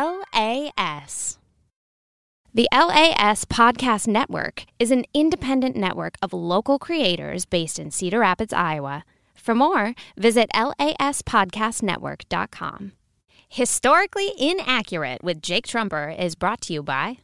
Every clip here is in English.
LAS. The LAS Podcast Network is an independent network of local creators based in Cedar Rapids, Iowa. For more, visit laspodcastnetwork.com. Historically Inaccurate with Jake Trumper is brought to you by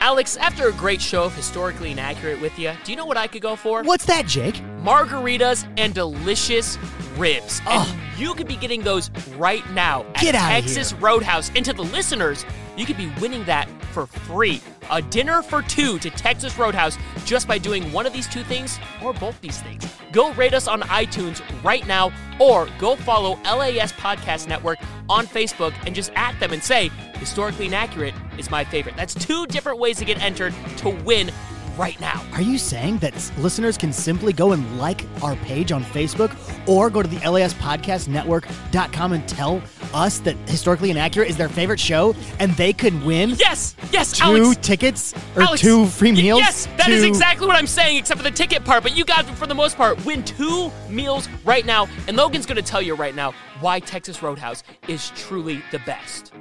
Alex, after a great show of Historically Inaccurate with you, do you know what I could go for? What's that, Jake? Margaritas and delicious ribs. Oh. And you could be getting those right now at Get outta Texas Roadhouse. And to the listeners, you could be winning that for free. A dinner for two to Texas Roadhouse just by doing one of these two things or both these things. Go rate us on iTunes right now or go follow LAS Podcast Network on Facebook and just at them and say, Historically Inaccurate is my favorite. That's two different ways to get entered to win right now. Are you saying that s- listeners can simply go and like our page on Facebook or go to the LASPodcastNetwork.com and tell us that Historically Inaccurate is their favorite show and they could win Yes, yes, two Alex. tickets or Alex, two free y- meals? Yes, that is to- exactly what I'm saying, except for the ticket part. But you guys, for the most part, win two meals right now. And Logan's going to tell you right now why Texas Roadhouse is truly the best.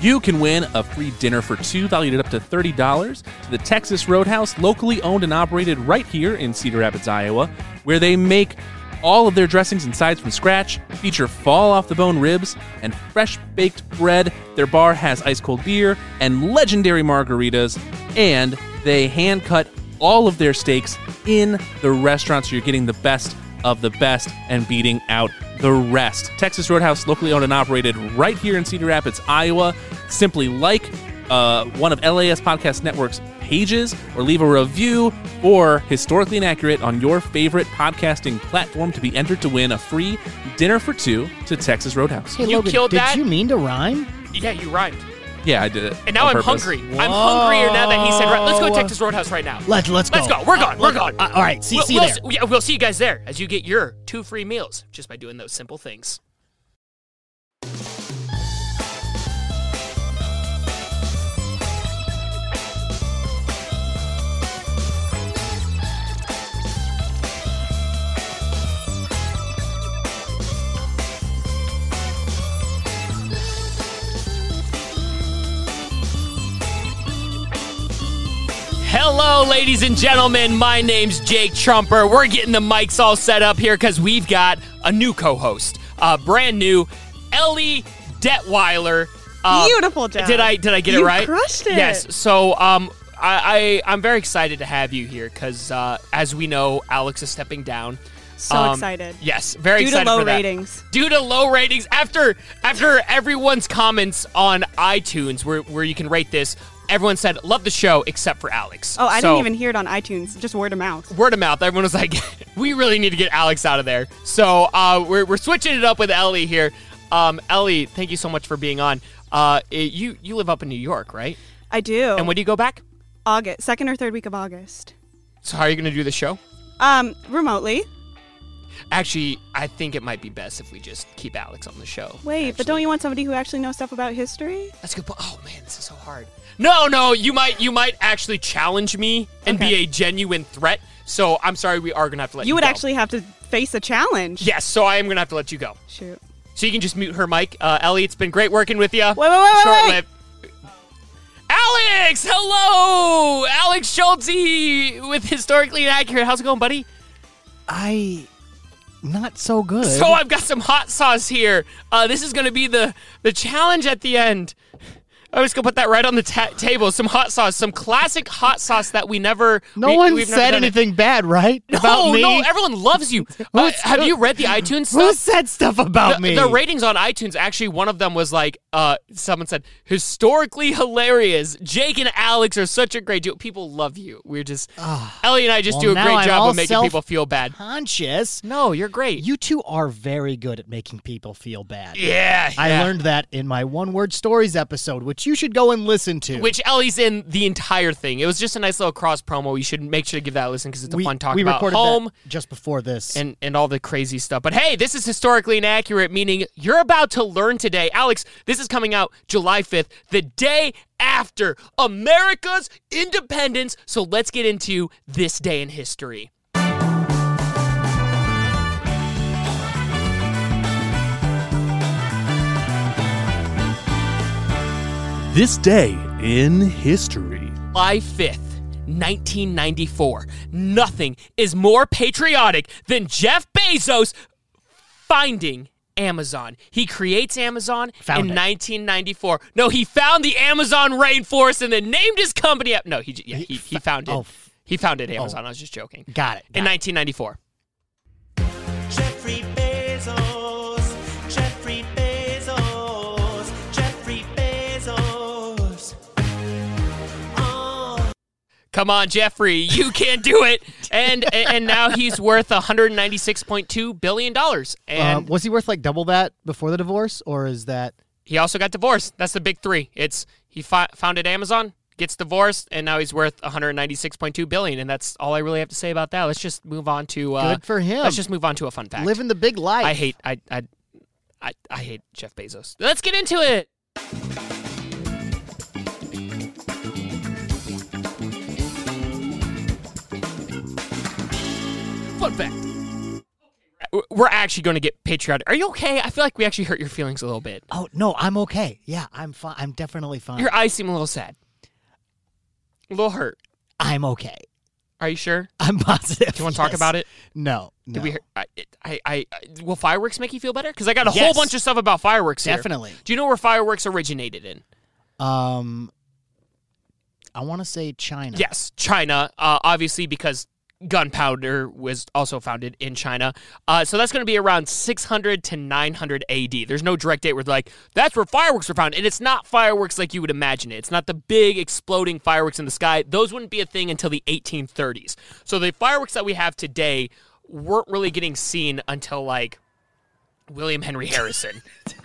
You can win a free dinner for two valued at up to $30 to the Texas Roadhouse, locally owned and operated right here in Cedar Rapids, Iowa, where they make all of their dressings and sides from scratch, feature fall off the bone ribs and fresh baked bread. Their bar has ice cold beer and legendary margaritas, and they hand cut all of their steaks in the restaurant so you're getting the best of the best and beating out the rest. Texas Roadhouse, locally owned and operated right here in Cedar Rapids, Iowa. Simply like uh, one of LAS Podcast Network's pages or leave a review or historically inaccurate on your favorite podcasting platform to be entered to win a free dinner for two to Texas Roadhouse. Hey, You Logan, killed did that? you mean to rhyme? Yeah, you rhymed. Yeah, I did it. And now on I'm purpose. hungry. I'm hungrier now that he said, right, let's go to Whoa. Texas Roadhouse right now. Let, let's go. Let's go. We're Uh, gone. We're let- gone. uh, all right, see, we'll, see you we'll, there. s- yeah, we'll see you guys there as you get your two free meals just by doing those simple things. Hello, ladies and gentlemen. My name's Jake Trumper. We're getting the mics all set up here because we've got a new co-host, uh, brand new Ellie Detweiler. Uh, Beautiful job. Did I did I get it You right? crushed it. Yes. So um, I, I I'm very excited to have you here because uh, as we know, Alex is stepping down. So excited. Yes, Um, very Due to excited low for that. ratings. Due to low ratings, after after everyone's comments on iTunes, where where you can rate this, everyone said love the show except for Alex. Oh, I So- didn't even hear it on iTunes. Just word of mouth. word of mouth. Everyone was like, "We really need to get Alex out of there." So uh, we're we're switching it up with Ellie here. Um, Ellie, thank you so much for being on. Uh, it- you you live up in New York, right? I do. And when do you go back? August, second or third week of August. So how are you going to do the show? Um, remotely. Actually, I think it might be best if we just keep Alex on the show. Wait, but don't you want somebody who actually knows stuff about history? That's a good. po- Oh man, this is so hard. No, no, you might you might actually challenge me and be Okay. a genuine threat. So I'm sorry, we are going to have to let you. You would go. actually have to face a challenge. Yes, so I am going to have to let you go. Shoot. So you can just mute her mic. Uh, Ellie, it's been great working with you. Wait, wait, wait, wait, Short wait. lived. Alex, hello, Alex Schultze with historically inaccurate. How's it going, buddy? I. Not so good. So I've got some hot sauce here. Uh, this is going to be the the challenge at the end. I was gonna put that right on the ta- table. Some hot sauce, some classic hot sauce that we never. no we- one we've never said done it. anything bad, right? about no, me? no, everyone loves you. Uh, Who's- have you read the iTunes stuff? Who said stuff about the, me? the ratings on iTunes, actually, one of them was like, uh, someone said, historically hilarious. Jake and Alex are such a great duo. People love you. We're just, Ellie and I just Ah, Well, do a now great I'm job all of making self- people feel bad. Conscious. No, you're great. You two are very good at making people feel bad. yeah, yeah. I learned that in my one word stories episode, which you should go and listen to. Which Ellie's in the entire thing. It was just a nice little cross promo. You should make sure to give that a listen because it's a we, fun talk we about recorded home. that just before this. and and all the crazy stuff. But hey, this is historically inaccurate, meaning you're about to learn today. Alex, this is coming out July 5th, the day after America's independence. So let's get into this day in history. This day in history. July 5th, 1994. Nothing is more patriotic than Jeff Bezos finding Amazon. He creates Amazon in Found it. 1994. No, he found the Amazon rainforest and then named his company up. No, he j- yeah, he, he found it. oh, f- he found it Amazon. I was just joking. Got it. in 1994. Jeffrey Bezos. Jeffrey Bezos. Jeffrey Bezos. Oh. Come on, Jeffrey, you can do it. And and and now he's worth 196.2 billion dollars. And Um, was he worth like double that before the divorce, or is that he also got divorced. That's the big three. It's he fi- founded Amazon, gets divorced, and now he's worth 196.2 billion. And that's all I really have to say about that. Let's just move on to uh, Good for him. Let's just move on to a fun fact. living the big life? I hate I I I, I hate Jeff Bezos. Let's get into it. Fun fact. W- We're actually going to get patriotic. Are you okay? I feel like we actually hurt your feelings a little bit. Oh no, I'm okay. Yeah, I'm fine. I'm definitely fine. Your eyes seem a little sad. A little hurt. I'm okay. Are you sure? I'm positive. Do you want to talk about it? No. Did no. we? I, I, I, will fireworks make you feel better? Because I got a whole Yes. bunch of stuff about fireworks. here. Definitely. Do you know where fireworks originated in? Um, I want to say China. Yes, China. Uh, obviously, because gunpowder was also founded in China. Uh, so that's going to be around 600 to 900 AD. There's no direct date where like that's where fireworks were found, and it's not fireworks like you would imagine it. It's not the big exploding fireworks in the sky. Those wouldn't be a thing until the 1830s. So the fireworks that we have today weren't really getting seen until like William Henry Harrison.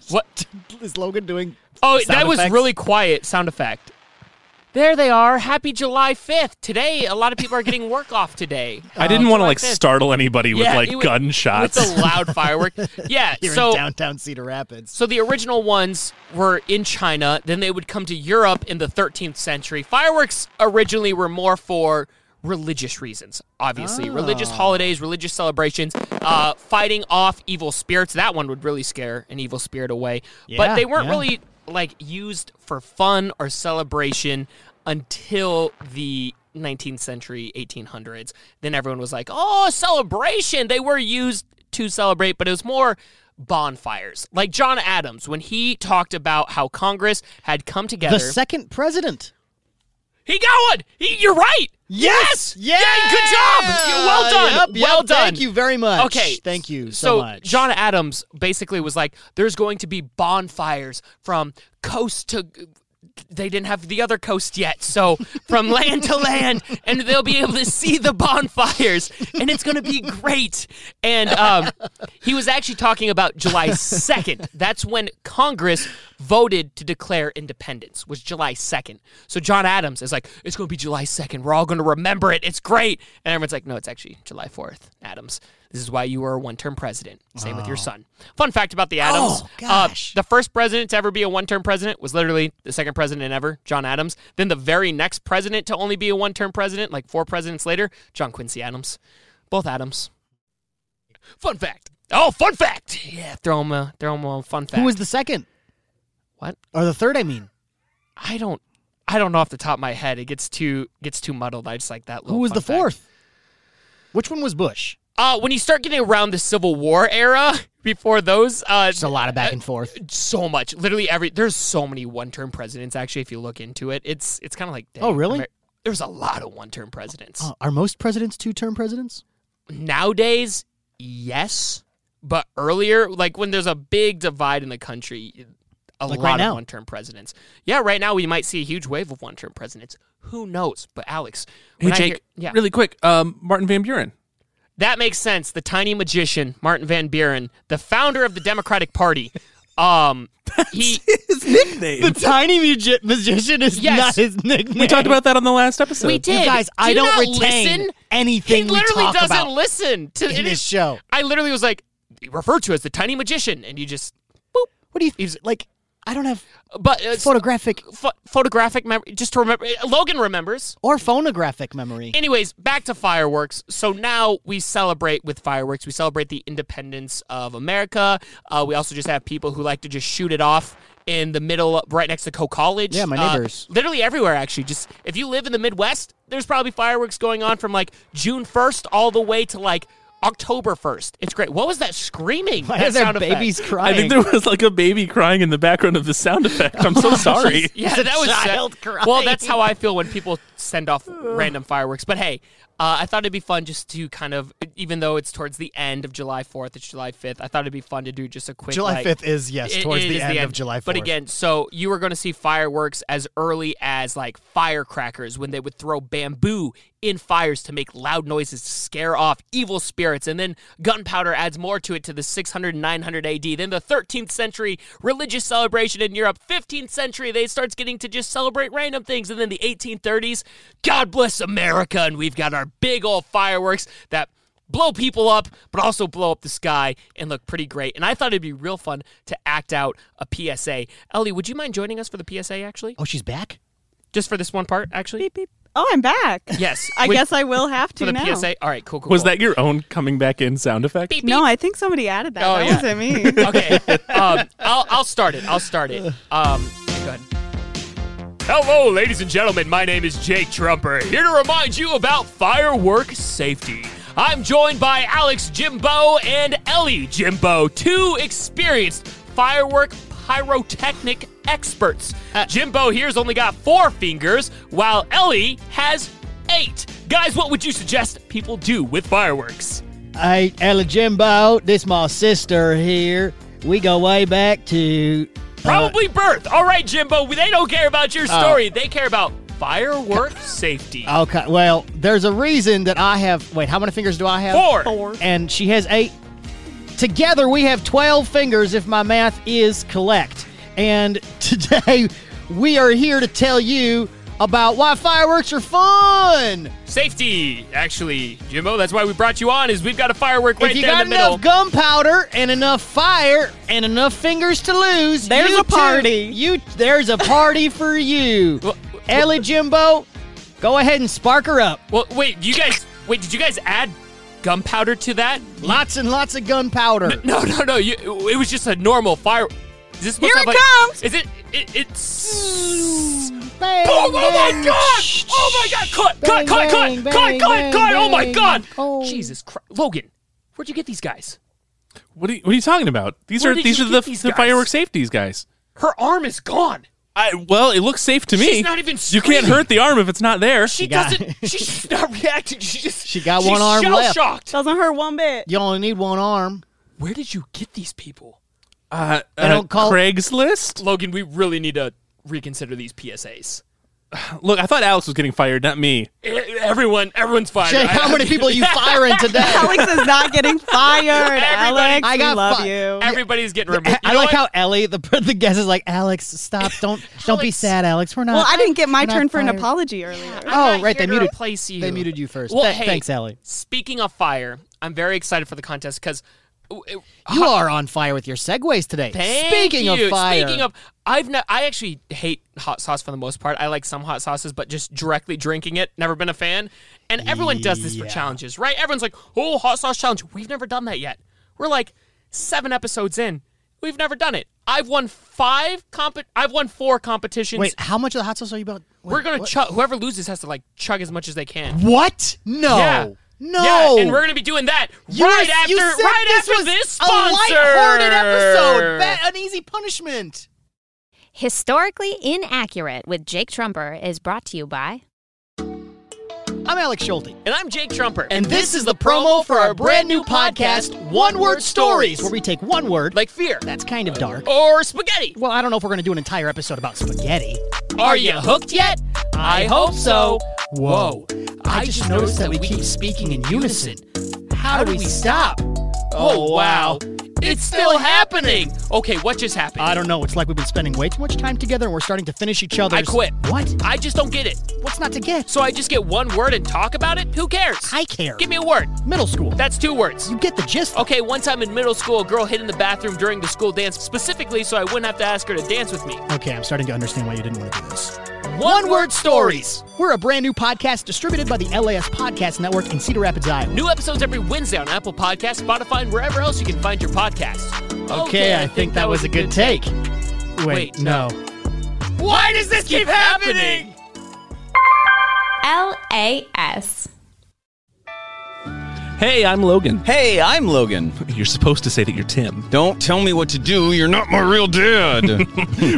what? Is Logan doing? Oh, sound that was effects? really quiet sound effect. There they are. Happy July 5th. Today, a lot of people are getting work off today. I didn't want to like Uh, this. startle anybody with Yeah, like it wa- gunshots. With a loud firework. Yeah, Here so in downtown Cedar Rapids. so the original ones were in China, then they would come to Europe in the 13th century. Fireworks originally were more for religious reasons, obviously. Ah. Religious holidays, religious celebrations, uh, fighting off evil spirits. That one would really scare an evil spirit away. but Yeah, they weren't yeah. really like used for fun or celebration until the 19th century 1800s then everyone was like oh celebration they were used to celebrate but it was more bonfires like john adams when he talked about how congress had come together The second president. he got one he, you're right yes Yeah. Yay, good job You- well done Yep, yep, well done Thank you very much. Okay. Thank you so, so much. John Adams basically was like, "There's going to be bonfires from coast to." They didn't have the other coast yet, so from land to land, and they'll be able to see the bonfires, and it's going to be great. And um, he was actually talking about July second. That's when Congress voted to declare independence. Was July second. So John Adams is like, "It's going to be July second. We're all going to remember it. It's great." And everyone's like, "No, it's actually July fourth, Adams." This is why you were a one-term president. Same with your son. Fun fact about the Adams: Oh, uh, gosh. the first president to ever be a one-term president was literally the second president ever, John Adams. Then the very next president to only be a one-term president, like four presidents later, John Quincy Adams. Both Adams. Fun fact. Oh, fun fact. Yeah, throw him a throw him a fun fact. Who was the second what? or the third? I mean, I don't. I don't know off the top of my head. It gets too gets too muddled. I just like that. little who was Oh, fun the fact. fourth? Which one was Bush? Uh, when you start getting around the Civil War era, before those, uh, There's a lot of back and forth. so much. Literally every there's so many one-term presidents. Actually, if you look into it, it's it's kind of like dang, Oh, really? Amer- there's a lot of one-term presidents Uh, are most presidents two-term presidents? nowadays. Yes, but earlier, like when there's a big divide in the country, a Like lot right of now. one-term presidents. Yeah, right now we might see a huge wave of one-term presidents. Who knows? But Alex, hey when I Jake, hear- yeah, really quick, um, Martin Van Buren. That makes sense. The tiny magician, Martin Van Buren, the founder of the Democratic Party. Um, he His nickname. The tiny magi- magician is Yes. not his nickname. we talked about that on the last episode. We did. You guys, Do I you don't not retain listen? anything he literally we talk doesn't about listen to in it this is- show. I literally was like referred to as the tiny magician, and you just boop. What do you He's- like? I don't have But uh, photographic pho- photographic memory, just to remember. Logan remembers. or phonographic memory. Anyways, back to fireworks. So now we celebrate with fireworks. We celebrate the independence of America. Uh, we also just have people who like to just shoot it off in the middle, right next to Coe College. Yeah, my Uh, neighbors. literally everywhere, actually. Just if you live in the Midwest, there's probably fireworks going on from like June 1st all the way to like October 1st. It's great. What was that screaming? Why That are there sound effect. babies I crying? think there was like a baby crying in the background of the sound effect. I'm so sorry. Yeah, that was child sad. Well, crying. that's how I feel when people send off random fireworks. But hey, uh, I thought it'd be fun just to kind of, even though it's towards the end of July 4th, it's July 5th. I thought it'd be fun to do just a quick. July like- 5th is, yes, It- towards it the is end of July 4th. But again, so you were going to see fireworks as early as like firecrackers when they would throw bamboo in fires to make loud noises to scare off evil spirits. And then gunpowder adds more to it to the 600 and 900 AD. Then the 13th century religious celebration in Europe. 15th century, they starts getting to just celebrate random things. And then the 1830s, God bless America. And we've got our big old fireworks that blow people up, but also blow up the sky and look pretty great. And I thought it'd be real fun to act out a PSA. Ellie, would you mind joining us for the PSA actually? oh, she's back. Just for this one part, actually? Beep, beep. Oh, I'm back. Yes. I Would- guess I will have for to the now. PSA. All right, cool, cool. Was cool. that your own coming back in sound effect? Beep, No, I think somebody added that. Oh, that yeah. wasn't me. okay. Um, I'll, I'll start it. I'll start it. Um, go ahead. Hello, ladies and gentlemen. My name is Jake Trumper, here to remind you about firework safety. I'm joined by Alex Jimbo and Ellie Jimbo, two experienced firework pyrotechnic experts. Jimbo here's only got four fingers, while Ellie has eight. Guys, what would you suggest people do with fireworks? Hey, Ella Jimbo, this my sister here. We go way back to uh, Probably birth. All right, Jimbo. They don't care about your story. they care about firework safety. Okay, well, there's a reason that I have. Wait, how many fingers do I have? Four. And she has eight. Together, we have 12 fingers if my math is correct. And today, we are here to tell you about why fireworks are fun. Safety, actually, Jimbo. That's why we brought you on. Is we've got a firework right if you there got in the middle. enough gunpowder and enough fire and enough fingers to lose, There's you a party. too- you there's a party for you. Well, Ellie Jimbo, go ahead and spark her up. well, wait. You guys, wait. Did you guys add gunpowder to that? Lots and lots of gunpowder. No, no, no. You, it was just a normal fire. Is this supposed Here to have, it like- comes! Is it? it it's. Bang, Oh, oh my bang. god! Shh, Oh my god! Cut! Cut! Bang, Cut! bang, Cut! Cut! bang, Cut! bang, Cut! Oh my bang. god! Oh. Jesus Christ, Logan, where'd you get these guys? What are you, what are you talking about? These Where are did these you are get the, these the guys? firework safeties guys. Her arm is gone. I well, it looks safe to me. She's not even you screaming. can't hurt the arm if it's not there. She, got- doesn't. she's not reacting. She just. She got she's one arm left. shell-shocked. Doesn't hurt one bit. You only need one arm. Where did you get these people, uh, I uh, don't call- Craigslist. Logan? We really need to reconsider these PSAs. Look, I thought Alex was getting fired, not me. E- Everyone, everyone's fired. Jake, how many people are you firing today? Alex is not getting fired. Alex, I I got love fi- you. Everybody's getting removed. I, You I know like what? how Ellie, the the guest is like, Alex, stop, don't don't be Alex. sad, Alex. We're not. well, I didn't get my we're not turn for an fired. apology earlier. I'm oh, not right, here they to muted- Replace you. they muted you first. Well, Th- hey, thanks, Ellie. Speaking of fire, I'm very excited for the contest because. You are on fire with your segues today. Thank Speaking you. of fire, Speaking of, I've no, I actually hate hot sauce for the most part. I like some hot sauces, but just directly drinking it, never been a fan. And everyone does this for challenges, right? Everyone's like, "Oh, hot sauce challenge." We've never done that yet. We're like seven episodes in. We've never done it. I've won five comp. I've won four competitions. wait, how much of the hot sauce are you about? wait, we're gonna what? chug. Whoever loses has to like chug as much as they can. What? No, Yeah. no. Yeah, and we're gonna be doing that You right were- after you said right this after was this A sponsor. lighthearted episode. That- an easy punishment. Historically Inaccurate with Jake Trumper is brought to you by I'm Alex Schulte. And I'm Jake Trumper. And this is the promo for our brand new podcast, One Word Stories, where we take one word, Like fear. that's kind of dark. Or spaghetti. Well, I don't know if we're going to do an entire episode about spaghetti. Are you hooked yet? I hope so. Whoa. I just noticed that we keep speaking in unison. How do we stop? Oh, wow. It's still happening. Okay, what just happened? I don't know. It's like we've been spending way too much time together and we're starting to finish each other. I quit. What? I just don't get it. What's not to get? So I just get one word and talk about it? Who cares? I care. Give me a word. Middle school. That's two words. you get the gist. Okay, one time in middle school, a girl hid in the bathroom during the school dance specifically so I wouldn't have to ask her to dance with me. Okay, I'm starting to understand why you didn't want to do this. One word stories. We're a brand new podcast distributed by the LAS Podcast Network in Cedar Rapids, Iowa. New episodes every Wednesday on Apple Podcasts, Spotify, and wherever else you can find your podcasts. Okay, I think that was a good take. Wait, Wait, no. Why does this keep happening? LAS. Hey, I'm Logan. Hey, I'm Logan. You're supposed to say that you're Tim. Don't tell me what to do. You're not my real dad.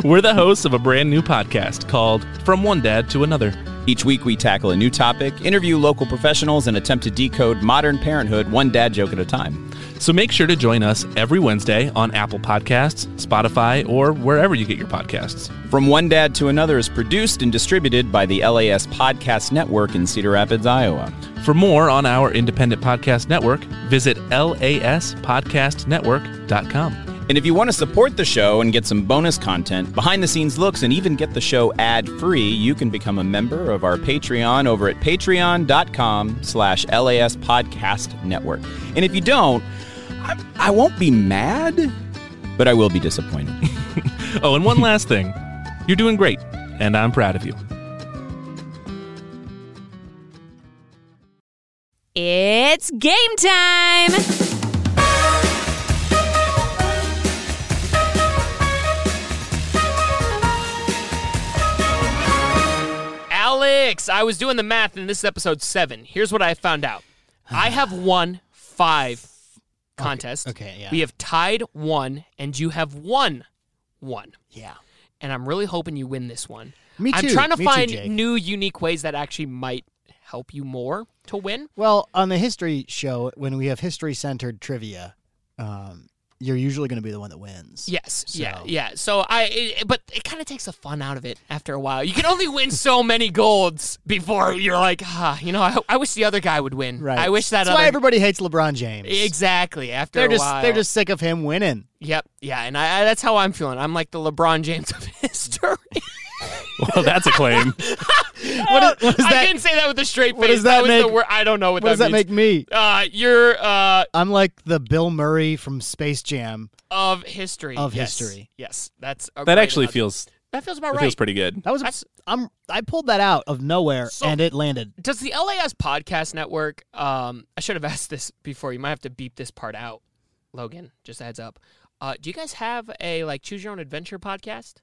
We're the hosts of a brand new podcast called From One Dad to Another. Each week, we tackle a new topic, interview local professionals, and attempt to decode modern parenthood one dad joke at a time. So make sure to join us every Wednesday on Apple Podcasts, Spotify, or wherever you get your podcasts. From One Dad to Another is produced and distributed by the LAS Podcast Network in Cedar Rapids, Iowa. For more on our independent podcast network, visit laspodcastnetwork.com. And if you want to support the show and get some bonus content, behind the scenes looks, and even get the show ad free, you can become a member of our Patreon over at patreon.com slash LAS Podcast Network. And if you don't, I, I won't be mad, but I will be disappointed. Oh, and one last thing. You're doing great, and I'm proud of you. It's game time! Alex, I was doing the math, and this is episode seven. Here's what I found out I have won five contests. okay, yeah. We have tied one, and you have won one. Yeah. And I'm really hoping you win this one. Me I'm too. trying to Me too, find Jake. new, unique ways that actually might help you more to win. Well, on the history show, when we have history centered trivia, um, you're usually going to be the one that wins. Yes. Yeah. So- Yeah. So I, it, but it kind of takes the fun out of it after a while. You can only win so many golds before you're like, ah, you know, I, I wish the other guy would win. Right. I wish that That's other. why everybody hates LeBron James. exactly. After They're a just while. they're just sick of him winning. Yep. Yeah. And I, I, that's how I'm feeling. I'm like the LeBron James of history. Well, that's a claim. What, is, what does I that? didn't say that with a straight face. what does that was the make- word. I don't know what, What does that means. make me? Uh, you're uh I'm like the Bill Murray from Space Jam. of history. Of Yes. history. Yes. That's a That great actually analogy. feels That feels about that right. feels pretty good. That was That's- I'm I pulled that out of nowhere So- and it landed. Does the LAS podcast network? Um, I should have asked this before. You might have to beep this part out, Logan. Just a heads up. Uh, do you guys have a like choose your own adventure podcast?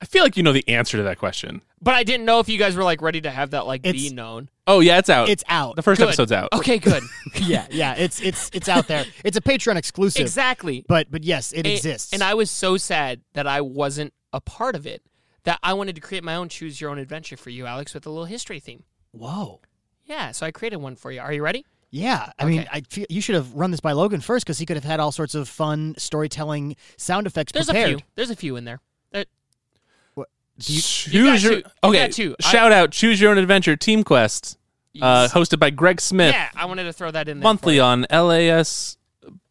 I feel like you know the answer to that question. But I didn't know if you guys were like ready to have that like be It's- Oh. known. Oh yeah, it's Uh, out. It's out. the first Good. episode's out. Okay, good. yeah, yeah. It's it's it's out there. It's a Patreon exclusive. exactly. But but yes, it And- exists. And I was so sad that I wasn't a part of it that I wanted to create my own choose your own adventure for you, Alex, with a little history theme. whoa. Yeah, so I created one for you. Are you ready? Yeah, I mean, I feel you should have run this by Logan first because he could have had all sorts of fun storytelling sound effects There's prepared. a few. There's a few in there. Uh, There- Choose got your two. You okay. got two. I- Shout out, choose your own adventure team quest, uh, hosted by Greg Smith, yeah, I wanted to throw that in there. monthly for you. on LAS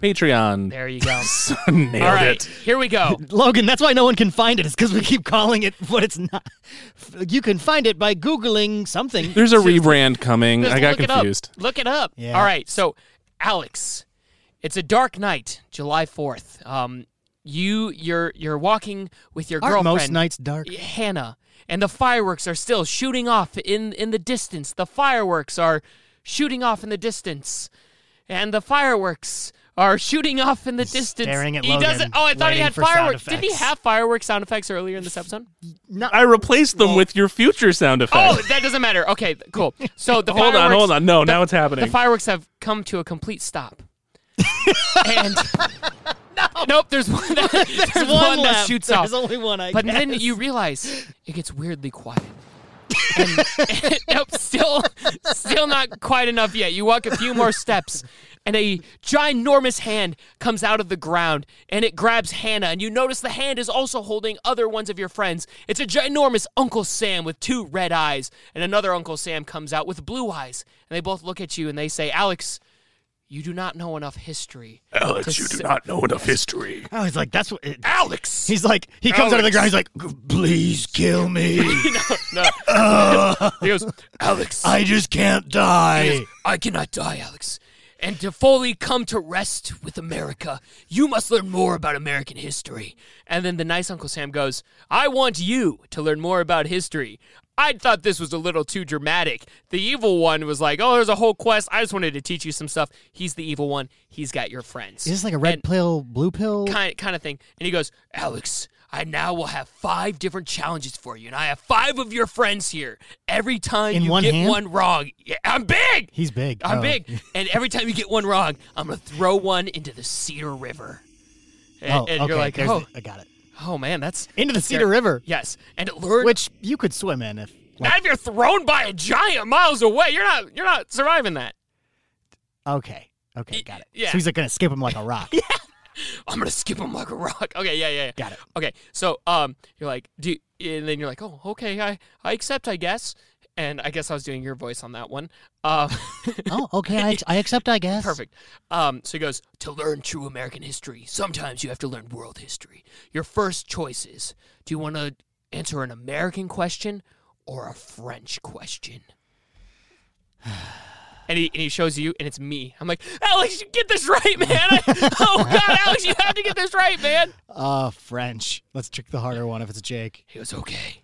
Patreon. There you go. Nailed All right, it. here we go. Logan, that's why no one can find it. It's because we keep calling it what it's not. You can find it by googling something. There's a rebrand coming. Just I got look confused. It up. Look it up. Yeah. All right. So, Alex, it's a dark night, July 4th. Um, you you're you're walking with your Aren't girlfriend. most nights dark? Hannah, and the fireworks are still shooting off in in the distance. The fireworks are shooting off in the distance, and the fireworks are shooting off in the distance. staring at he Logan, doesn't. Oh, I thought he waiting had for sound fireworks. Didn't he effects. have fireworks sound effects earlier in this episode? I replaced them with your future sound Oh, effects. that doesn't matter. Okay, cool. So the hold on, fireworks- hold on. No, now it's the happening. fireworks have come to a complete stop. and nope, there's one that, there's one that left. shoots There's off. only one I but then guess. you realize it gets weirdly quiet. and, nope, still, still not quite enough yet. You walk a few more steps, and a ginormous hand comes out of the ground, and it grabs Hannah. And you notice the hand is also holding other ones of your friends. It's a ginormous Uncle Sam with two red eyes, and another Uncle Sam comes out with blue eyes. And they both look at you and they say, "Alex, you do not know enough history." Alex, to s- not know enough history. I was like, that's what. It, Ah! Alex. he's like, he comes out of the ground. He's like, please kill me. no. he goes, Alex. I just can't die. I cannot die, Alex. And to fully come to rest with America, you must learn more about American history. And then the nice Uncle Sam goes, I want you to learn more about history. I thought this was a little too dramatic. The evil one was like, Oh, there's a whole quest. I just wanted to teach you some stuff. He's the evil one. He's got your friends. Is this like a red And- pill, blue pill? kind kind of thing. And he goes, Alex, I now will have five different challenges for you, and I have five of your friends here. Every time In you one get hand? one wrong, Yeah, I'm big. He's big. I'm Oh. big. And every time you get one wrong, I'm gonna throw one into the Cedar River. And, Oh, and okay. you're like, there's oh, the- I got it. oh man, that's Into the scary." Cedar River. Yes, and it lured. Which you could swim in if. not if you're thrown by a giant miles away. You're not. You're not surviving that. Okay. Okay, got it. yeah. So he's like gonna skip him like a rock. I'm gonna skip him like a rock. Okay, yeah, yeah, yeah. Got it. Okay, so um, you're like, do, and then you're like, oh, okay, I, I accept, I guess. And I guess I was doing your voice on that one. Um, Oh, okay. I, I accept. I guess. perfect. Um, so he goes to learn true American history. Sometimes you have to learn world history. Your first choice is: do you want to answer an American question or a French question? And he, and he shows you, and it's me. I'm like, Alex, you get this right, man. oh, God, Alex, you have to get this right, man. Uh, French. Let's trick the harder one if it's Jake. He was okay.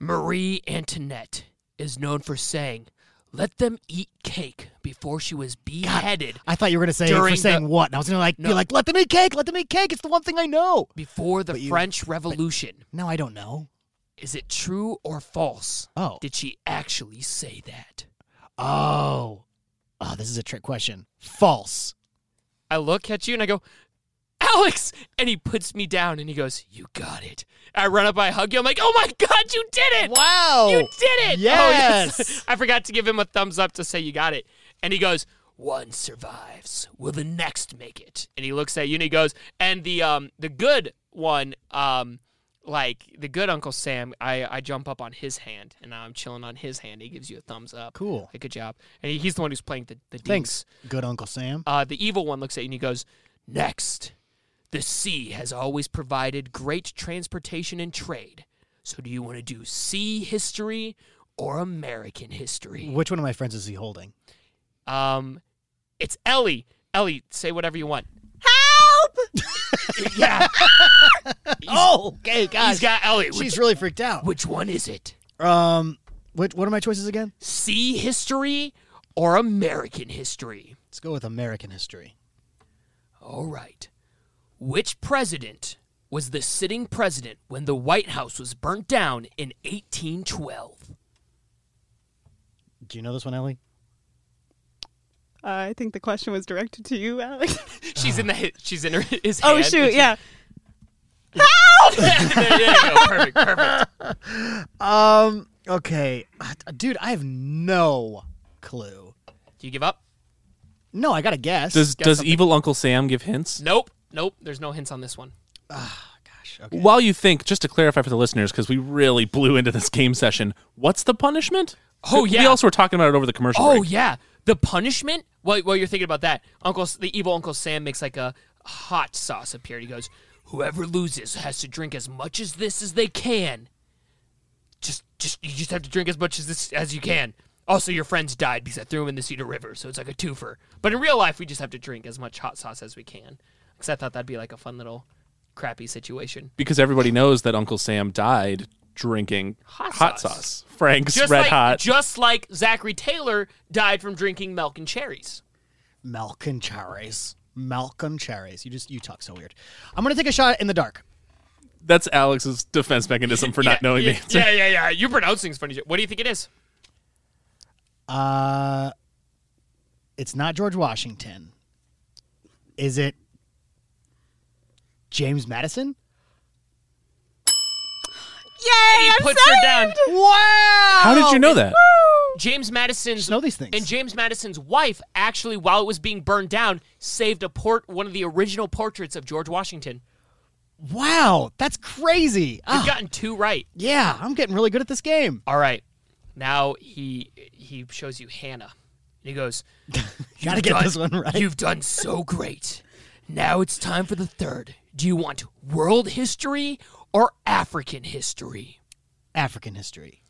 Marie Antoinette is known for saying, "Let them eat cake before she was beheaded." I thought you were gonna say During for the- saying what? And I was gonna like No. be like, let them eat cake. Let them eat cake. It's the one thing I know. Before the But you- French Revolution, No, I don't know. is it true or false? Oh. Did she actually say that? Oh. Oh, this is a trick question. False. I look at you and I go, Alex! And he puts me down and he goes, You got it. I run up, I hug you. I'm like, Oh my God, you did it! Wow. You did it! Yes. Oh, yes. I forgot to give him a thumbs up to say you got it. And he goes, One survives. Will the next make it? And he looks at you and he goes, and the um the good one, um, like the good Uncle Sam, I, I jump up on his hand and I'm chilling on his hand. He gives you a thumbs up. Cool. Like, good job. And he, he's the one who's playing the, the Thanks, dinks. good Uncle Sam. Uh, the evil one looks at you and he goes, Next. The sea has always provided great transportation and trade. So do you want to do sea history or American history? Which one of my friends is he holding? Um, it's Ellie. Ellie, say whatever you want. oh, okay, guys. He's got Ellie. Which, She's really freaked out. which one is it? Um, what what are my choices again? Sea history or American history? Let's go with American history. All right. Which president was the sitting president when the White House was burnt down in 1812? Do you know this one, Ellie? Uh, I think the question was directed to you, Alex. She's in the she's in her, his oh hand. shoot, yeah. there, there you go. Perfect, perfect. Um, okay, Ah, dude, I have no clue. Do you give up? No, I gotta guess. Does Guess does something. evil Uncle Sam give hints? Nope. Nope. There's no hints on this one. Gosh, okay. While you think, just to clarify for the listeners, because we really blew into this game session, what's the punishment? Oh, We- yeah. We also were talking about it over the commercial. Oh break. yeah. The punishment? While, while you're thinking about that, Uncle S- the evil Uncle Sam makes like a hot sauce appear. He goes, Whoever loses has to drink as much as this as they can. Just just you just have to drink as much as this as you can. Also, your friends died because I threw them in the Cedar River, so it's like a twofer. But in real life, we just have to drink as much hot sauce as we can. Because I thought that'd be like a fun little crappy situation. Because everybody knows that Uncle Sam died drinking hot, sauce. sauce. Frank's Red like, Hot. Just like Zachary Taylor died from drinking milk and cherries. Malcolm Cherries. Malcolm Cherries. You just you talk so weird. I'm gonna take a shot in the dark. That's Alex's defense mechanism for not knowing yeah, the answer. Yeah, yeah, yeah. You pronounce things funny. What do you think it is? Uh, it's not George Washington. Is it James Madison? Yay! I'm Puts her down. Wow! How did you Oh, know that? James Madison's know these things? and James Madison's wife actually, while it was being burned down, saved a port one of the original portraits of George Washington. wow, that's crazy. You've Ah, gotten two right. yeah, I'm getting really good at this game. All right. Now he he shows you Hannah. And he goes, Gotta "You've get done- this one right. You've done so great. Now it's time for the third. Do you want world history or African history? African history.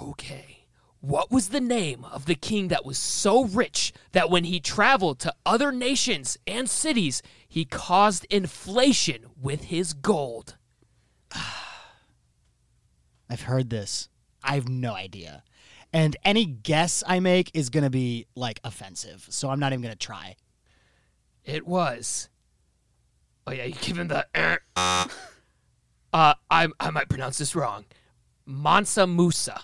Okay. What was the name of the king that was so rich that when he traveled to other nations and cities, he caused inflation with his gold? I've heard this. I have no idea. And any guess I make is gonna be like offensive, so I'm not even gonna try. It was. Oh, yeah, you give him the. Uh, I I might pronounce this wrong. Mansa Musa.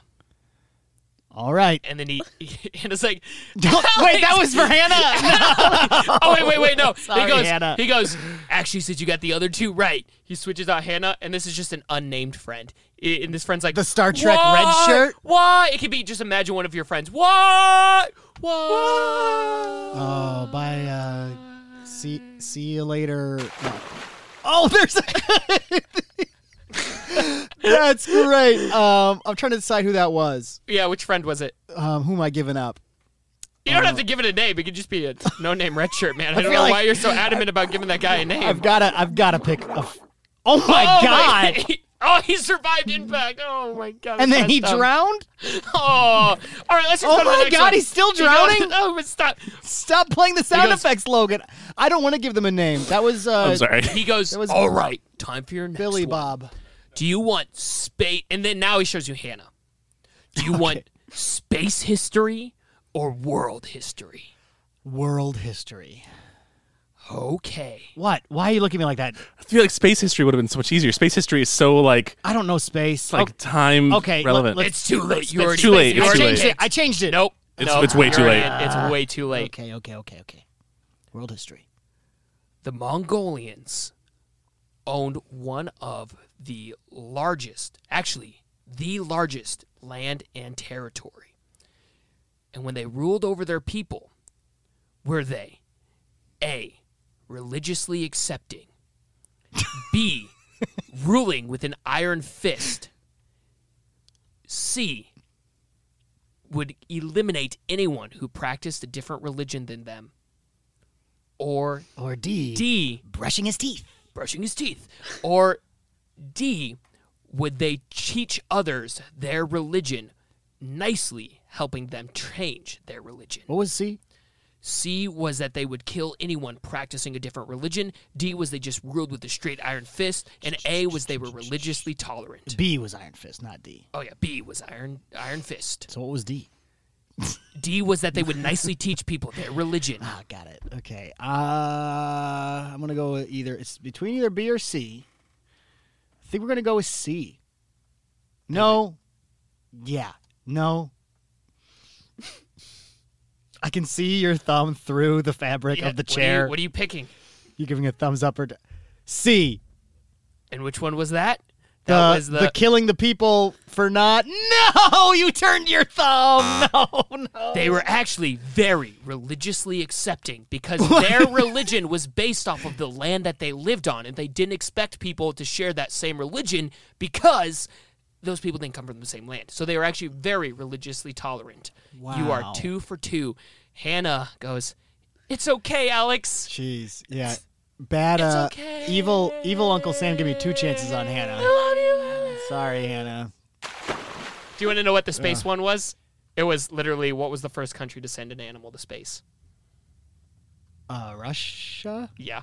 All right. And then he, he and it's like, Wait, that was for Hannah. oh wait, wait, wait, no. Sorry, he goes, Hannah. he goes. Actually, since you got the other two right, he switches out Hannah, and this is just an unnamed friend. I- And this friend's like The Star Trek red "What? shirt?" What? It could be just imagine one of your friends. What? What? Oh, bye. Uh, see, see you later. No. Oh, there's. That's great. Um, I'm trying to decide who that was. Yeah, which friend was it? Um, who am I giving up? You don't have to give it a name. It could just be a no-name red shirt, man. I, don't feel know like- why you're so adamant about giving that guy a name. I've gotta, I've gotta pick. A f- oh my oh god! My, oh, he survived impact. Oh my god. and then that's he dumb. drowned. Oh, all right. Let's just go Oh to the my next God, one. he's still He goes- drowning? No, but stop. Stop playing the sound goes- effects, Logan. I don't want to give them a name. That was uh, I'm sorry. He goes. was- all right, time for your next Billy one. Bob. Do you want space? And then now he shows you Hannah. Do you want space history or world history? World history. Okay. What? Why are you looking at me like that? I feel like space history would have been so much easier. Space history is so like I don't know space. like time Okay, let- relevant. let's- It's too late. You It's already too late. You It's I too already late. changed it. picked. I changed it. Nope. It's- Nope. it's way You're too already- late. It's way too late. Okay, okay, okay, okay. World history. the Mongolians owned one of the largest, actually, the largest land and territory. And when they ruled over their people, were they A, religiously accepting, B, ruling with an iron fist, C, would eliminate anyone who practiced a different religion than them, or Or D. D, Brushing his teeth. brushing his teeth? Or D, would they teach others their religion nicely, helping them change their religion? What was C? C was that they would kill anyone practicing a different religion. D was they just ruled with a straight iron fist. And A was they were religiously tolerant. B was Iron Fist, not D. Oh, yeah, B was iron, iron fist. So what was D? D was that they would nicely teach people their religion. Ah, got it. Okay. Uh, I'm gonna go with either. It's between either B or C. I think we're gonna go with C. No. Yeah. No. I can see your thumb through the fabric Yeah, of the what are you- chair. What are you picking? you, are giving a thumbs up or d- C. Uh, And which one was that? The, That was the, killing the people for not. No, you turned your thumb. No, no. They were actually very religiously accepting because their religion was based off of the land that they lived on, and they didn't expect people to share that same religion because those people didn't come from the same land. So they were actually very religiously tolerant. You Wow. are two for two. Hannah goes, It's okay, Alex. Jeez. Yeah. Bad. Uh, okay. Evil. Evil Uncle Sam gave me two chances on Hannah. Do Sorry, Hannah. you want to know what the space one was? It was literally what was the first country to send an animal to space? Uh, Russia. Yeah.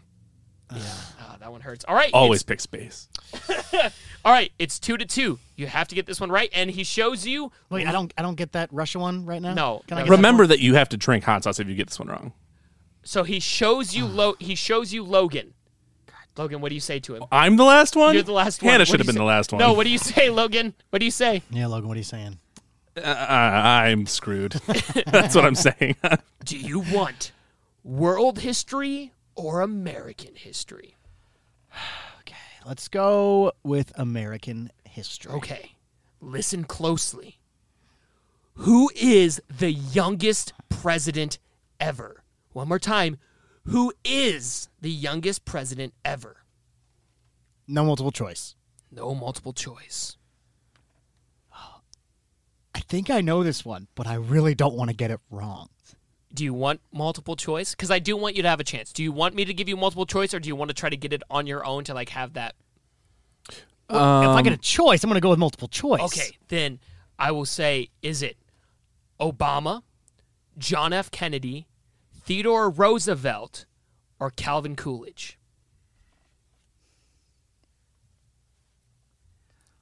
Uh. Yeah. Ah, that one hurts. All right. Always pick space. All right, it's two to two. You have to get this one right, and he shows you. Wait, I don't. I don't get that Russia one right now. No, Can no. I get that Remember that you have to drink hot sauce if you get this one wrong. So he shows you. Lo- he shows you Logan. Logan, what do you say to him? I'm the last one. You're the last one. Hannah What do should have you been say- the last one. No, what do you say, Logan? What do you say? one? Yeah, Logan. What are you saying? Uh, I'm screwed. That's what I'm saying. Do you want world history or American history? Let's go with American history. Okay, listen closely. Who is the youngest president ever? One more time. Who is the youngest president ever? No multiple choice. No multiple choice. I think I know this one, but I really don't want to get it wrong. Do you want multiple choice? Because I do want you to have a chance. Do you want me to give you multiple choice, or do you want to try to get it on your own to like have that? if I get a choice, I'm going to go with multiple choice. Okay, then I will say: Is it Obama, John F. Kennedy, Theodore Roosevelt, or Calvin Coolidge?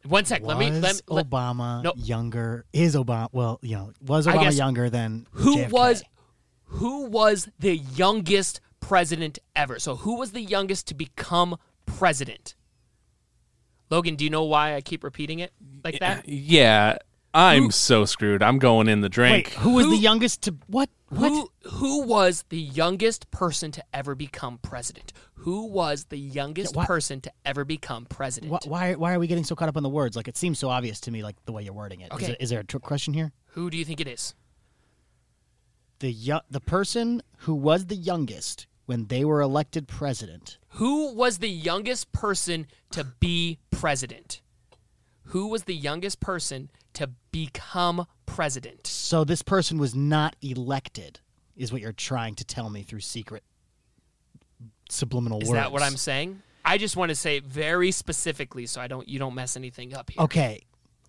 One sec. Was Let me. Let me. let- Obama no. younger? Is Obama well? You know, was I Obama guess- younger than who JFK? was who was the youngest president ever so who was the youngest to become president Logan, do you know why I keep repeating it like that? Yeah, I'm so screwed. I'm going in the drink. Wait, who was Who- the youngest to what? What? Who who was the youngest person to ever become president? Who was the youngest why- person to ever become president? Wh- Why, why are we getting so caught up on the words? Like it seems so obvious to me, like the way you're wording it. Is Okay. it- is there a trick question here? Who do you think it is? The yo- the person who was the youngest when they were elected president. Who was the youngest person to be president? Who was the youngest person to become president? So this person was not elected, is what you're trying to tell me through secret subliminal Is words. that what I'm saying? I just want to say it very specifically so I don't you don't mess anything up here. Okay.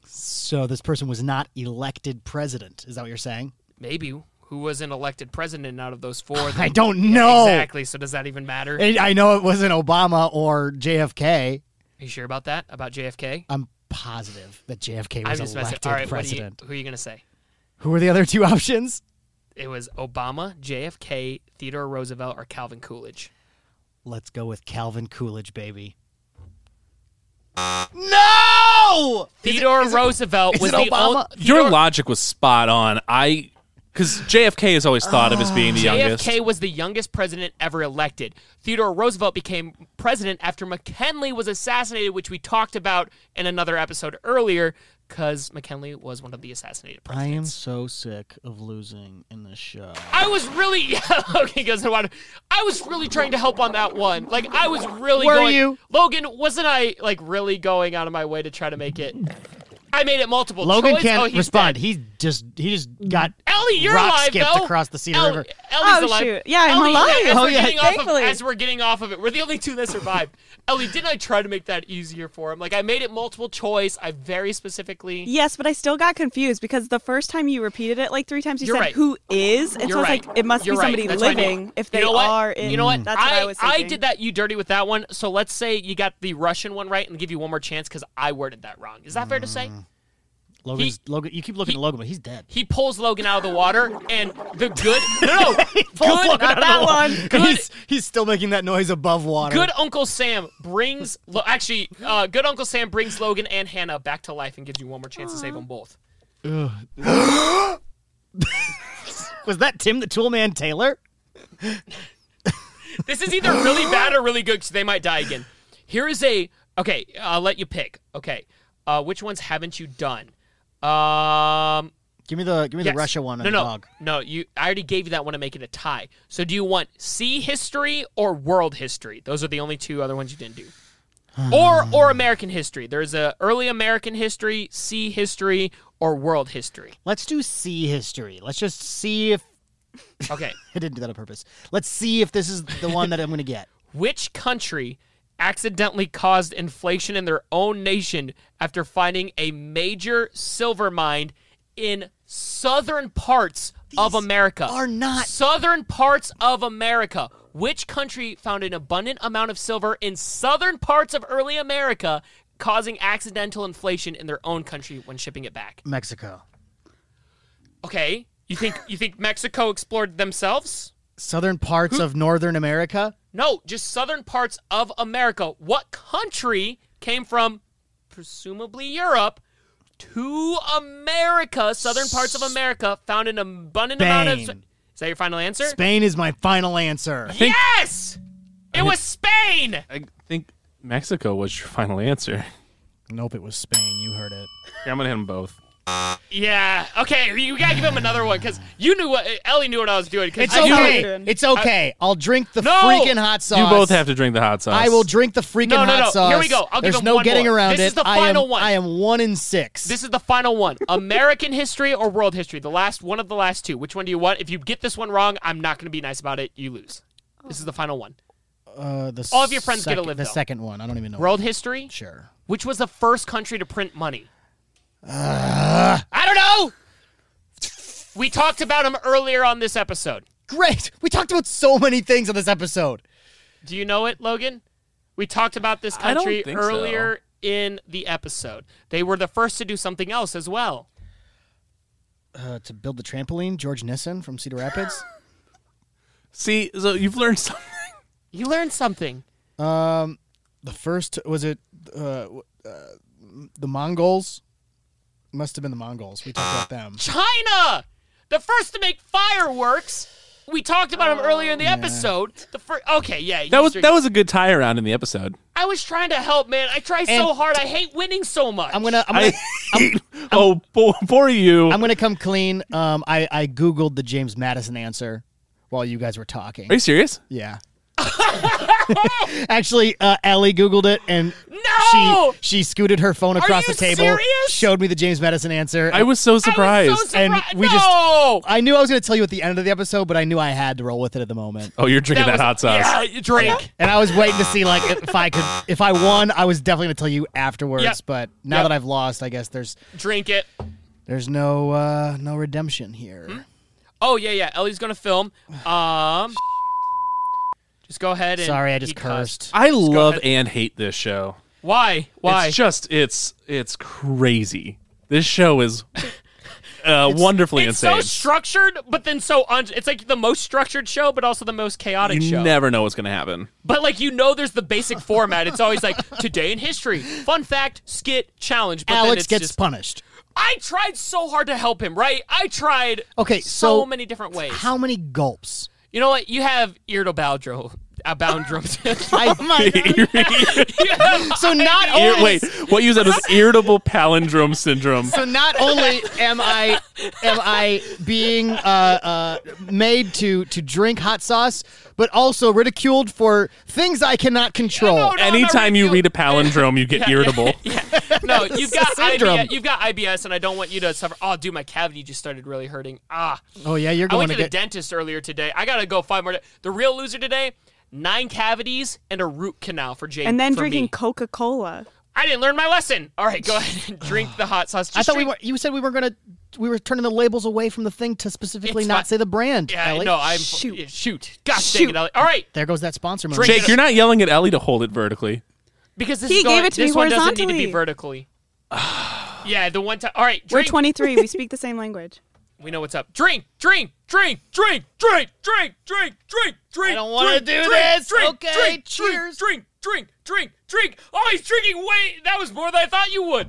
So this person was not elected president. Is that what you're saying? Maybe who was an elected president out of those four? I that- don't know. Exactly. So does that even matter? I I know it wasn't Obama or JFK. Are you sure about that? About JFK? I'm positive that JFK I'm was just messing. elected All right, what do you, president. who are you gonna say? Who were the other two options? It was Obama, JFK, Theodore Roosevelt, or Calvin Coolidge. Let's go with Calvin Coolidge, baby. No! Theodore Roosevelt is was it the Obama? only. Your logic was spot on. I because JFK is always thought of as being the youngest. JFK was the youngest president ever elected. Theodore Roosevelt became president after McKinley was assassinated, which we talked about in another episode earlier, because McKinley was one of the assassinated I am presidents. so sick of losing in this show. I was really yeah, okay, goes in water. I was really trying to help on that one. Like I was really Were going, you? Logan, wasn't I like really going out of my way to try to make it I made it multiple Logan choice. can't oh, he's respond. Dead. He just he just got Ellie, you're rock alive skipped though. across the Cedar El- River. Ellie's Oh, alive. shoot. Yeah, I'm Ellie, alive. As, Oh, we're yeah, getting off of, thankfully. as we're getting off of it, we're the only two that survived. Ellie, didn't I try to make that easier for him? Like I made it multiple choice. I very specifically Yes, but I still got confused because the first time you repeated it like three times, you You're said right. who is, and You're so I was right. like, it must You're be right. somebody That's what I mean. living if they you know what? are. In, you know what? That's what I, was thinking. did that. You dirty with that one. So let's say you got the Russian one right, and give you one more chance because I worded that wrong. Is that fair to say? Mm. Logan's, Logan, you keep looking at Logan, but he's dead. He pulls Logan out of the water, and the good no, no Pulls good, Logan not out of that the wa- one. Good, He's, he's still making that noise above water. good Uncle Sam brings Lo- actually uh, good Uncle Sam brings Logan and Hannah back to life and gives you one more chance to save them both. Was that Tim the Toolman Taylor? This is either really bad or really good because they might die again. Here is a okay. I'll let you pick. Okay, uh, which ones haven't you done? Um, Give me the give me yes. the Russia one. and No, no, dog. no. You, I already gave you that one to make it a tie. So do you want sea history or world history? Those are the only two other ones you didn't do. Or or American history. There's a early American history, sea history, or world history. Let's do sea history. Let's just see if Okay. I didn't do that on purpose. Let's see if this is the one that I'm going to get. Which country accidentally caused inflation in their own nation after finding a major silver mine in southern parts of America? are not- southern parts of America. Which country found an abundant amount of silver in southern parts of early America, causing accidental inflation in their own country when shipping it back? Mexico. Okay, you think you think Mexico explored themselves? Southern parts of northern America. No, just southern parts of America. What country came from, presumably Europe, to America, southern parts of America, found an abundant amount of. Spain. Is that your final answer? Spain is my final answer. think- Yes! It was Spain! I think Mexico was your final answer. Nope, it was Spain. You heard it. Yeah, I'm gonna hit them both. Yeah. Okay, you gotta give him another one because you knew what. Ellie knew what I was doing. 'cause It's I knew- okay. Children. It's okay. I, will drink the No! freaking Oh, hot sauce. You both have to drink the hot sauce. I will drink the freaking No, no, hot no. sauce. Here we go. I'll give There's him no one getting more. around This it. is the I am- final one. I am one in six. This is the final one American history or world history? The last one of the last two. Which one do you want? If you get this one wrong, I'm not gonna be nice about it. You lose. This is the final one. uh, the all of your friends get a second- live, The though. second one. I don't even know. World history? Sure. Which was the first country to print money? I don't know. We talked about him earlier on this episode. Great. We talked about so many things on this episode. Do you know it, Logan? We talked about this I don't country think so. earlier in the episode. They were the first to do something else as well. Uh, to build the trampoline, George Nissen from Cedar Rapids. See, so you've learned something. You learned something. Um, the first was it uh, w- uh, the Mongols. Must have been the Mongols. We talked about them. China, the first to make fireworks. We talked about him earlier in the episode. The first, okay, yeah, That you was three- that was a good tie around in the episode. I was trying to help, man. I try so And- hard. I hate winning so much. I'm gonna. I'm I, gonna. oh, poor, poor you. I'm gonna come clean. Um, I I googled the James Madison answer while you guys were talking. Are you serious? Yeah. Actually, uh, Ellie googled it and No! she she scooted her phone across you the table, serious? showed me the James Madison answer. I was so I surprised. was so And surprised. we no! just- I knew I was going to tell you at the end of the episode, but I knew I had to roll with it at the moment. oh, you're drinking that, was- hot sauce. Yeah, you drink. And I was waiting to see like if I could if I won, I was definitely going to tell you afterwards, Yep. but now Yep. that I've lost, I guess there's Drink it. there's no uh no redemption here. Oh yeah, yeah. Ellie's gonna film. Um, just go ahead and. Sorry, I he just cursed. I love ahead. and hate this show. Why? Why? It's just it's it's crazy. This show is uh, wonderfully It's so insane. structured, but then so un- it's like the most structured show, but also the most chaotic you show. never know what's gonna happen. But like you know, there's the basic format. It's always like today in history, fun fact, skit, challenge. But then Alex it's gets just- punished. I tried so hard to help him, right? I tried. Okay, so, so many different ways. How many gulps? you know what? You have irritable uh, bound drums. I, so not Ir- only wait, what you said was irritable palindrome syndrome. so not only am I am I being uh, uh, made to to drink hot sauce, but also ridiculed for things I cannot control. No, no, Anytime no, you read a palindrome, you get irritable. no, you've got Syndrome. IBS, you've got IBS, and I don't want you to suffer. Oh, dude, my cavity just started really hurting. Ah, Oh yeah, you're I going went to to the get dentist earlier today. I gotta go five more. da- The real loser today: nine cavities and a root canal for Jake. and then for drinking me. Coca Cola. I didn't learn my lesson. All right, go ahead and drink the hot sauce. I Just thought we drink- were. You said we were going to. We were turning the labels away from the thing to specifically It's not fine. say the brand. Yeah, Ellie. no, I'm Shoot. yeah, shoot. Gosh, dang it, Shoot. Ellie. All right, There goes that sponsor moment. Drink Jake, you're not yelling at Ellie to hold it vertically. because this He is going, gave it to me this one doesn't need to be horizontally. vertically. yeah, the one time. All right, We're drink. 23. we speak the same language. We know what's up. Drink, drink, drink, drink, drink, drink, drink, drink, drink. I don't wanna drink, do drink, this. Drink, Okay, drink, cheers. Drink, drink, drink, drink, drink. Oh, he's drinking way. That was more than I thought you would.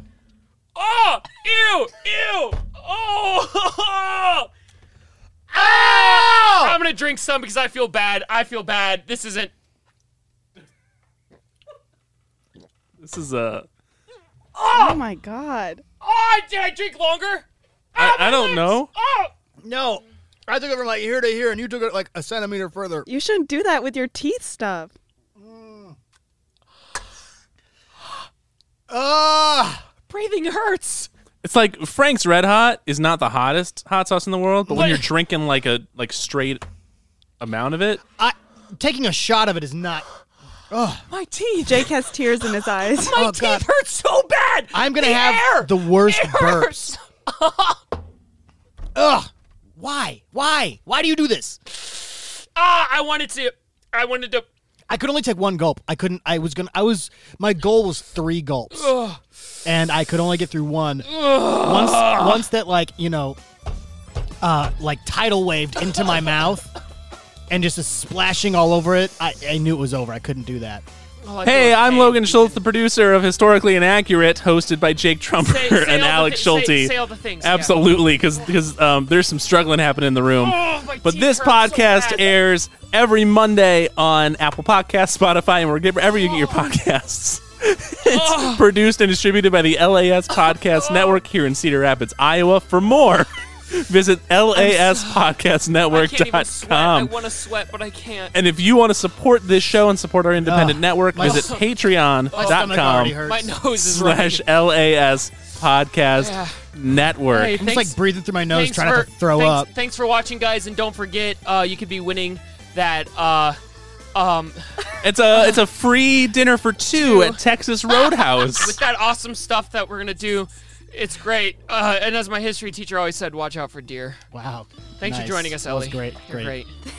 Oh, ew, ew. Oh. Ah! I'm gonna drink some because I feel bad. I feel bad. This isn't. This is a. Ah. Oh my god. Oh, did I drink longer? I, I don't know. Oh, No, I took it from like here to here, and you took it like a centimeter further. You shouldn't do that with your teeth stuff. Ah, breathing hurts. It's like Frank's Red Hot is not the hottest hot sauce in the world, but when Wait. you're drinking like a like straight amount of it, I taking a shot of it is not. My teeth. Jake has tears in his eyes. My Oh, teeth God. hurt so bad. I'm gonna The have air. the worst It burps. hurts. Ugh. Why? Why? Why do you do this? Ah, I wanted to. I wanted to. I could only take one gulp. I couldn't. I was gonna. I was. My goal was three gulps, and I could only get through one. Once, once that like you know, uh, like tidal waved into my mouth, and just is splashing all over it. I, I knew it was over. I couldn't do that. Oh, I Hey, feel I'm pain. Logan Schultz, the producer of Historically Inaccurate, hosted by Jake Trumper Say- say and all the Alex thi- Schulte. say- say all the things, yeah. Absolutely, because um, there's some struggling happening in the room. Oh, my but teeth this hurt so podcast bad. airs every Monday on Apple Podcasts, Spotify, and wherever you get Oh. your podcasts. it's produced and distributed by the LAS Oh, Podcast Network here in Cedar Rapids, Iowa. For more, visit I can't even sweat. I laspodcastnetwork.com. want to sweat, but I can't. And if you want to support this show and support our independent Ugh, network, my visit stomach- patreon.com stomach already hurts. My nose is slash running. LAS podcast Yeah. network. Hey, I'm thanks- just like breathing through my nose, thanks trying for, not to throw thanks, up. Thanks for watching, guys, and don't forget, uh, you could be winning that. Uh, um, It's a it's a free dinner for two at Texas with Roadhouse. that awesome stuff that we're gonna do, it's great. Uh, and as my history teacher always said, watch out for deer. Wow. Thanks Nice. for joining us, That was Ellie. great. You're Great. great.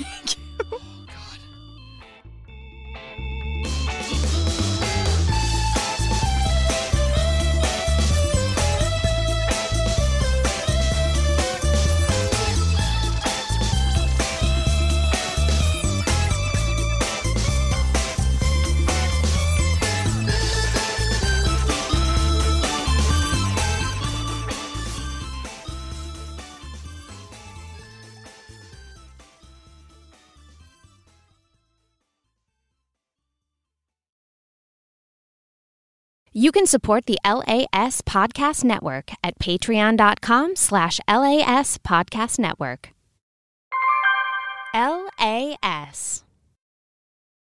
You can support the LAS Podcast Network at patreon.com slash LAS Podcast Network. LAS.